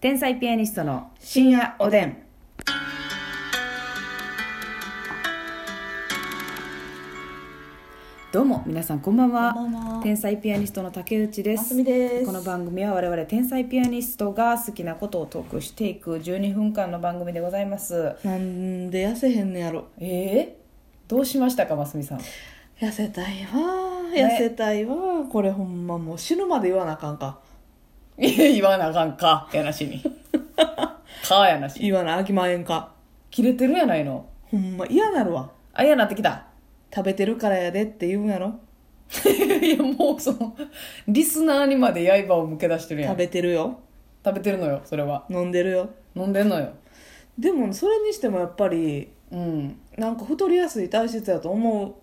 天才ピアニストの深夜おでん。どうも皆さんこんばんは。こんばんは天才ピアニストの竹内でますす。みです。この番組は我々天才ピアニストが好きなことをトークしていく12分間の番組でございます。なんで痩せへんねやろ。えー、どうしましたかますみさん。痩せたいわー。ね痩せたいわー。これほんまもう死ぬまで言わなあかんか。言わなあかんかやなし に。かやなし。言わなあきまへんか。切れてるやないの。ほんま嫌なるわ。あ嫌なってきた。食べてるからやでって言うんやろ。いやもうそのリスナーにまで刃を向け出してるやん食食べべてるよ。てるのよそれは飲んでるよ。飲んでんのよでもそれにしてもやっぱり、うんなんか太りやすい体質やと思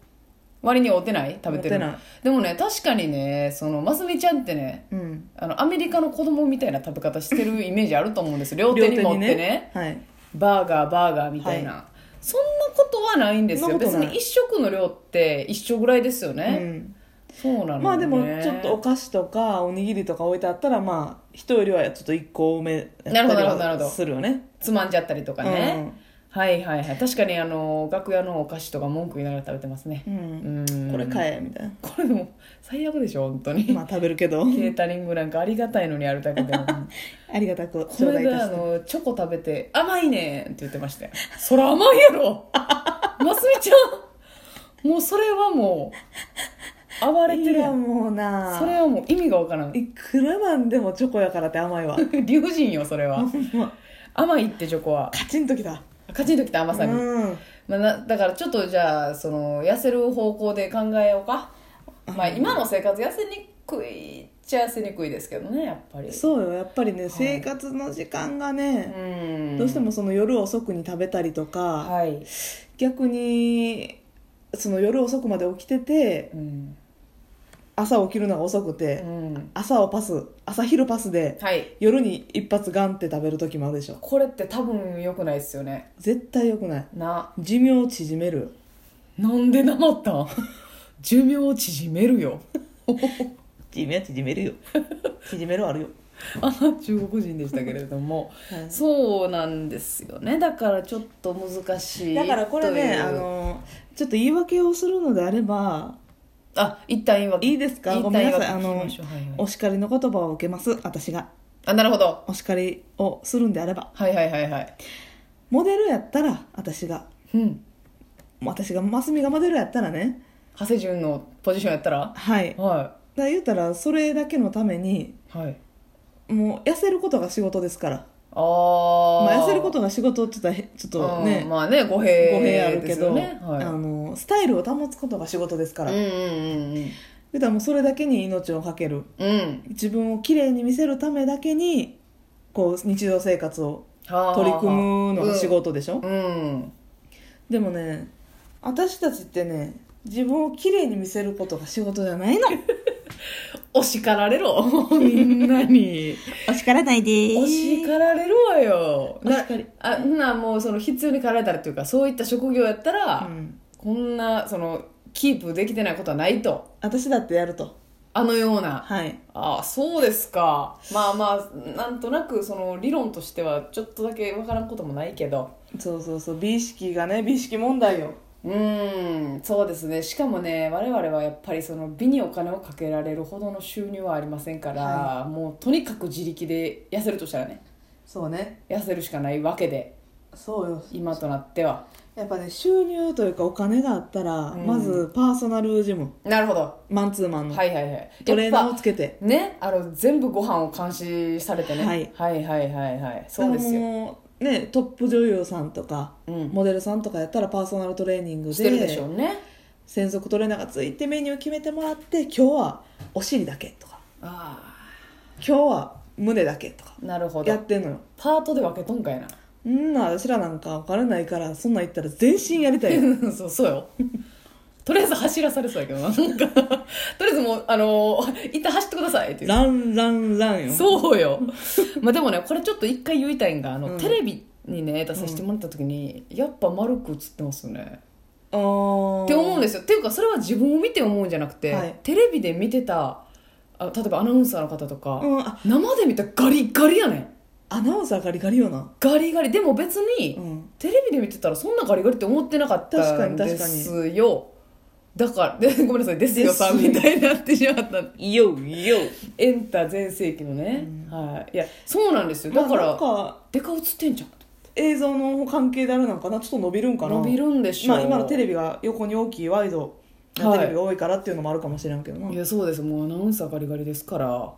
割に合ってない食べてるの合ってなでもね確かにねそのますみちゃんってねう。うん。あのアメリカの子供みたいな食べ方してるイメージあると思 うんです両手に持ってね。はい。バーガーバーガーみたいな、はそんなことはないんですそんよなこと別ないに一食の量って一緒ぐらいですようね、ん。そうなのよねまあでもちょっとお菓子とかおにぎりとか置いてあったらまあ人よりはちょっと1個多めやったりなるほどなるほどはするよね。つまんじゃったりとかね、うんはいはいはい確かにあの楽屋のお菓子とか文句言いながら食べてますねうん、うんこれ買えみたいこれでも最悪でしょ本当なに、まあ食べるけど ケータリングなんかありがたいのにあるだけでこありがたく頂の戴いた間あしてのチョコ食べて「甘いねん」って言ってましたよそら甘いやろますみちゃんもうそれはもう暴れてるいややんもうなそれはもう意味がわからんいくらなんでもチョコやからって甘いわ 理不尽よそれはほんま甘いってチョコはカチンときたカチンときた甘さに、うんまあ、なだからちょっとじゃあその痩せる方向で考えようか、まあ、今の生活痩せにくいっちゃ痩せにくいですけどねやっぱりそうよやっぱりね、生活の時間がね、んどうしてもその夜遅くに食べたりとか、はい、逆にその夜遅くまで起きててうん朝起きるのが遅くて、うん、朝をパス朝昼パスではい夜に一発ガンって食べる時もあるでしょこれって多分良くないですよね絶対よくないな寿命縮めるよなんでなまった ん寿命を縮めるよ 縮めは縮めるよ縮めるはあるよ、あ中国人でしたけれどもそうなんですよねだからちょっと難しいだからこれといねうあのちょっと言い訳をするのであればあ一旦言い訳いいですか一ご旦めん言な訳いさいあ聞きのましょうはいはいお叱りの言葉を受けます私があなるほどお叱りをするんであればはいはいはいはいモデルやったら私がうん私がますみがモデルやったらね長谷淳のポジションやったらはいだかはら言うたらそれだけのためにいはいもう痩せることが仕事ですからああまあ、痩せることが仕事って言ったらへちょっとね、まあね語弊語弊あるでけすど、よねはい、あのスタイルを保つことが仕事ですから、うんうんうん言うたらもうそれだけに命を懸けるうんうん自分を綺麗に見せるためだけにこう日常生活をはあ取り組むのが仕事でしょ、うんでもね私たちってね自分を綺麗に見せることが仕事じゃないのお叱られろみんな にお叱らないでお叱られるわよおな叱りあんなもうその必要に駆られたりというかそういった職業やったら、うん、こんなそのキープできてないことはないと私だってやるとあのようなはいああそうですかまあまあなんとなくその理論としてはちょっとだけわからんこともないけどそうそうそう美意識がね美意識問題ようーんそうですねしかもね我々はやっぱりその美にお金をかけられるほどの収入はありませんから、はもうとにかく自力で痩せるとしたらねそうね痩せるしかないわけでそうよ今となってはやっぱね収入というかお金があったら、んまずパーソナルジムなるほどマンツーマンの、はいはいはいトレーナーをやっつけてぱねあの全部ご飯を監視されてね、はいはいはいはいはいそうですよよねトップ女優さんとか、うんモデルさんとかやったらパーソナルトレーニングしてるでしょでうね専属トレーナーがついてメニュー決めてもらって今日はお尻だけとかあ今日は胸だけとかあなるほどやってんのよパートで分けとんかいなうんな私らなんかお金ないからそんなん言ったら全身やりたい よそうそうよとりあえず走らされそうやけどななんかとりあえずもうあのー一旦走ってくださいっていうランランランよそうよまあでもねこれちょっと一回言いたいんがあの、うんテレビにね出させてもらった時に、やっぱ丸く映ってますよねあーって思うんですよっていうかそれは自分を見て思うんじゃなくて、はいテレビで見てたあ例えばアナウンサーの方とか、うんあ生で見たらガリガリやねんアナウンサーガリガリよなガリガリでも別にうんテレビで見てたらそんなガリガリって思ってなかったん確かでに確かにすよだから でごめんなさい「ですよさん」ですよみたいになってしまったよよエンタ全盛期のね、うんはいいやそうなんですよだだか、かららかでか映ってんじゃん映像の関係であれなんかなちょっと伸びるんかな伸びるんでしょまあ、今のテレビが横に大きいワイドなテレビが多いからっていうのもあるかもしれんけどな、いやそうですもうアナウンサーガリガリですから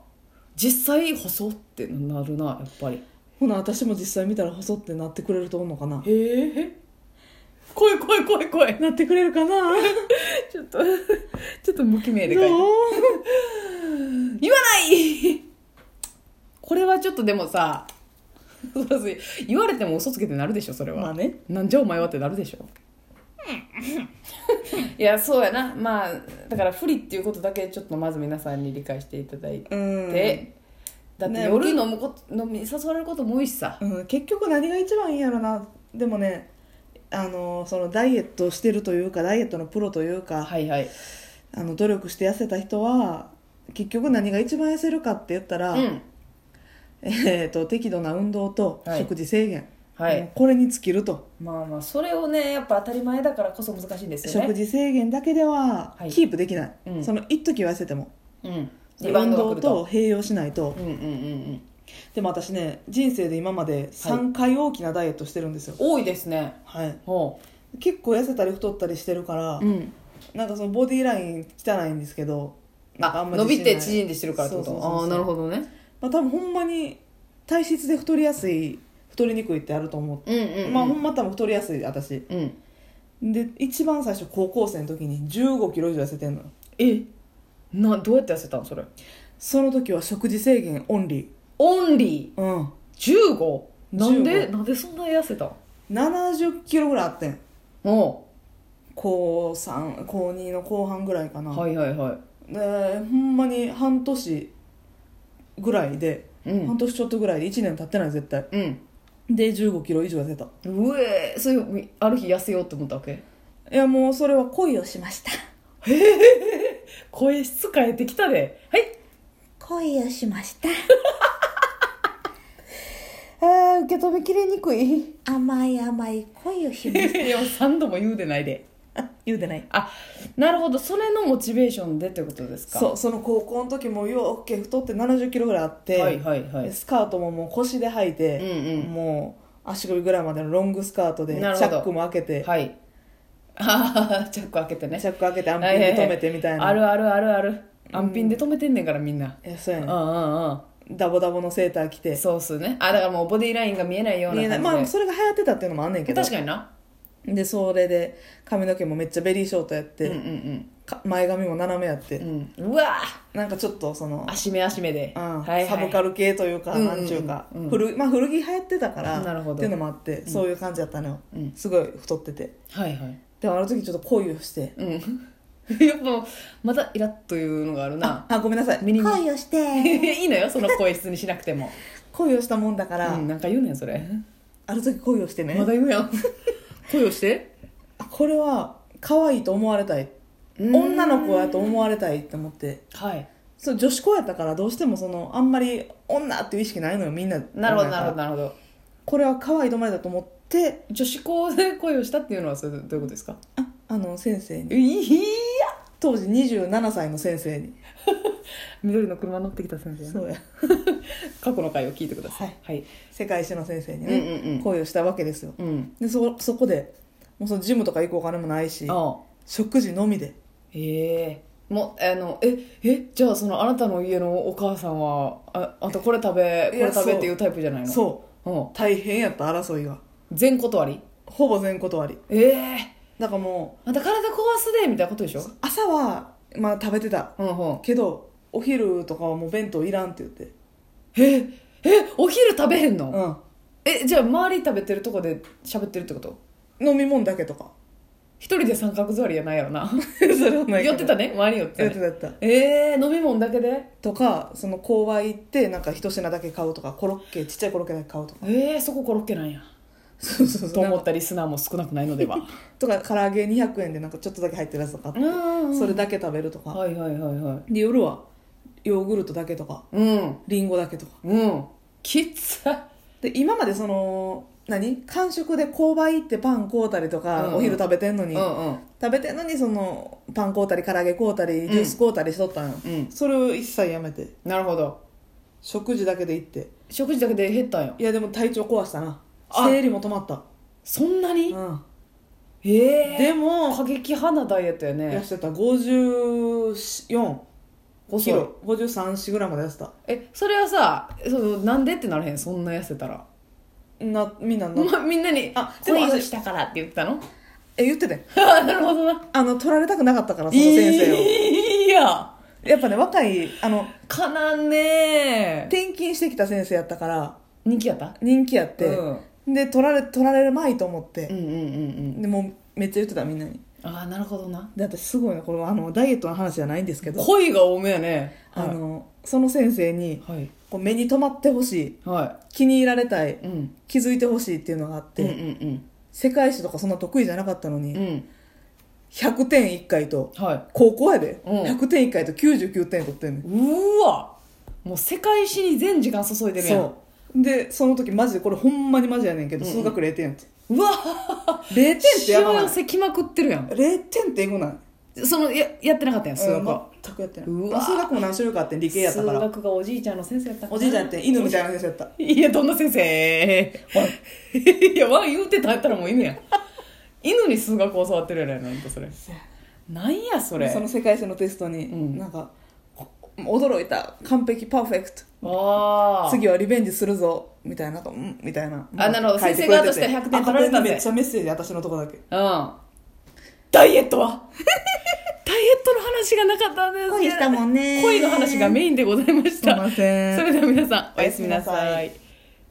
実際細ってなるなやっぱりほな私も実際見たら細ってなってくれると思うのかなへえ 怖い怖い怖い怖いなってくれるかなちょっとちょっと無記名で書いてどう言わないこれはちょっとでもさ そうそう言われても嘘つけてなるでしょそれは、まあねなんじゃお前はってなるでしょ いやそうやなまあだから不利っていうことだけちょっとまず皆さんに理解していただいて、うん、だってね夜飲むこと飲み誘われることも多いしさうん、結局何が一番いいんやろなでもねあのそのダイエットをしてるというかダイエットのプロというか、はいはいあの努力して痩せた人は結局何が一番痩せるかって言ったら、うんえー、と適度な運動とはい食事制限、はいもうこれに尽きると、まあまあそれをねやっぱ当たり前だからこそ難しいんですよね食事制限だけでははいキープできない、うんその一時は痩せてもうんリバウン運ドが来動るとと併用しないと、うんうんうんうんでも私ね人生で今まで3回大きなダイエットしてるんですよ、多いですねはい、ほ結構痩せたり太ったりしてるから、ううんなんかそのボディライン汚いんですけどなんかあんま伸自び信ないて縮んでしてるからってことそうそうそうそうああなるほどねまあ、多分ほんまに体質で太りやすい太りにくいってあると思うう、んうん、うん、まあほんま多分太りやすい私うんで一番最初高校生の時に1 5キロ以上痩せてんのよえなどうやって痩せたのそれその時は食事制限オンリオンリーうんー15なんで15なんでそんな痩せたん70キロぐらいあってんお高3高2の後半ぐらいかうな、はいはいはでほんまに半年ぐらいで、いうん半年ちょっとぐらいで1年経ってない絶対うんで1 5キロ以上痩せたうえそれみある日痩せようと思ったわけいやもうそれは恋をしました声質変えてきたではい恋をしましたあー受け止めきれに くい甘い甘い恋をしますいや3度も言うでないで 言うてないあなるほどそれのモチベーションでってことですかそうその高校の時もようけ太って7 0キロぐらいあって、はいはいはでいスカートももう腰で履いて、うんうんもう足首ぐらいまでのロングスカートでチなるャほどックも開けて、はいああチャック開けてねチャック開けてアンピング止めてみたいな、あるあるあるある安品で止めてんねんからみんなえそうやうんね、うんうんダボダボのセーター着てそうっすねあだからもうボディラインが見えないよう見えなない感じで、まあそれが流行ってたっていうのもあんねんけど確かになでそれで髪の毛もめっちゃベリーショートやって、うんうんか前髪も斜めやって、うんうんうわなんかちょっとそのー、足目足目で、うんはいはいサブカル系というか、うんうんなんちゅうか、うん古まあ、古着流行ってたからなるほどっていうのもあって、そういう感じだったのよ、うんすごい太っててはいはいでもあの時ちょっと恋をしてうん やっぱまたイラッというのがあるな あごめんなさいミニミ恋をしていいのよその声質にしなくても、 恋をしたもんだから、うん、なんか言うねんそれあの時恋をしてね、まだ言う やん声をしてあこれは可愛いと思われたいうん女の子やと思われたいって思ってはいそう女子校やったからどうしてもそのあんまり女っていう意識ないのよみんななるほど女なやるほからどなるほどこれは可愛いと思われたと思って女子校で恋をしたっていうのはそれどういうことですかああの先生いにや当時27歳の先生に緑の車乗ってきた先生そうや過去の回を聞いてくださいはい、世界史の先生にうんね、うんうん恋をしたわけですようんでそそこでもうそのジムとか行くお金もないしああ食事のみでええもうあのええじゃあそのあなたの家のお母さんはああんたこれ食べこいやれ食べそうっていうタイプじゃないの、そううんう、大変やった争いが全断りほぼ全断りええだからもあんた体壊すでみたいなことでしょう朝はまあ食べてたうんうんけどお昼とかはもう弁当いらんって言ってええお昼食べへんの、うんえじゃあ周り食べてるとこで喋ってるってこと飲み物だけとか 一人で三角座りやないやろなそれは ないけ寄どってたね周り寄ってた寄ね、ってたやってたええ飲み物だけでとかその購買行ってなんか一品だけ買うとかコロッケちっちゃいコロッケだけ買うとか ええそこコロッケなんやそうそうとと思思ったリスナーも少なくないのではとか唐揚げ200円でなんかちょっとだけ入ってるやつとかあってんそれだけ食べるとか、はいはいはいはいで夜はヨーグルトだけとかうんリンゴだけとかうんきつで今までその何間食で購買行ってパン買うたりとか、うんうんお昼食べてんのに、うんうん食べてんのにそのパン買うたり唐揚げ買うたりんジュース買うたりしとったんよ、うんそれを一切やめてなるほど食事だけで行って食事だけで減ったんよいやでも体調壊したなあ生理も止まった、そんなにうん、ええでも過激派なダイエットや痩ねせた54キロ53四ぐらいまで痩せたえそれはさそのなんでってならへんそんな痩せたら、なみんなな、ま、みんなに「ああでも恋をしたから」って言ってたのえ言っててあ なるほどなあの取られたくなかったからその先生を、いややっぱね若いあのかなんねえ転勤してきた先生やったから人気やった人気やって、うんで取られ取られるまいと思っうんて、うんうんうんでもうめっちゃ言ってたみんなにああなるほどなで私すごいなこれはあのダイエットの話じゃないんですけど恋が多めやねあのその先生にはいこう目に留まってほしいは気に入られたいいうん気づいてほしいっていうのがあって、うんうん世界史とかそんな得意じゃなかったのに、うんうん100点1回とはい高校やで、うん100点1回と99点取ってんねんうーわもう世界史に全時間注いでるやんそうでその時マジでこれほんまにマジやねんけど、うんうん数学0点やってうわ0点ってしやわばない寄せきまくってるやん0点ってえぐないそのややってなかったやん数数学学はは全くやってないうわまあ数学も何種類かあって理系やったから学がおじいちゃんの先生やったかなおじいちゃんやって犬みたいな先生やったいやどんな先 生いやわん言うてたやったらもう犬やん犬に数学教わってるやろやなんかそれなんやそれその世界史のテストうんになんか、こ驚いた完璧パーフェあクトあ次はリベンジするぞみたいななんかうんみたいなあなるほど書いてくれ先生てて側としては100点取られたぜあこにめっちゃメッセージ私のとこだけうんダイエットはダイエットの話がなかったんです恋したもんね恋の話がメインでございましたすいませんそれでは皆さんおやすみなおやすみなささい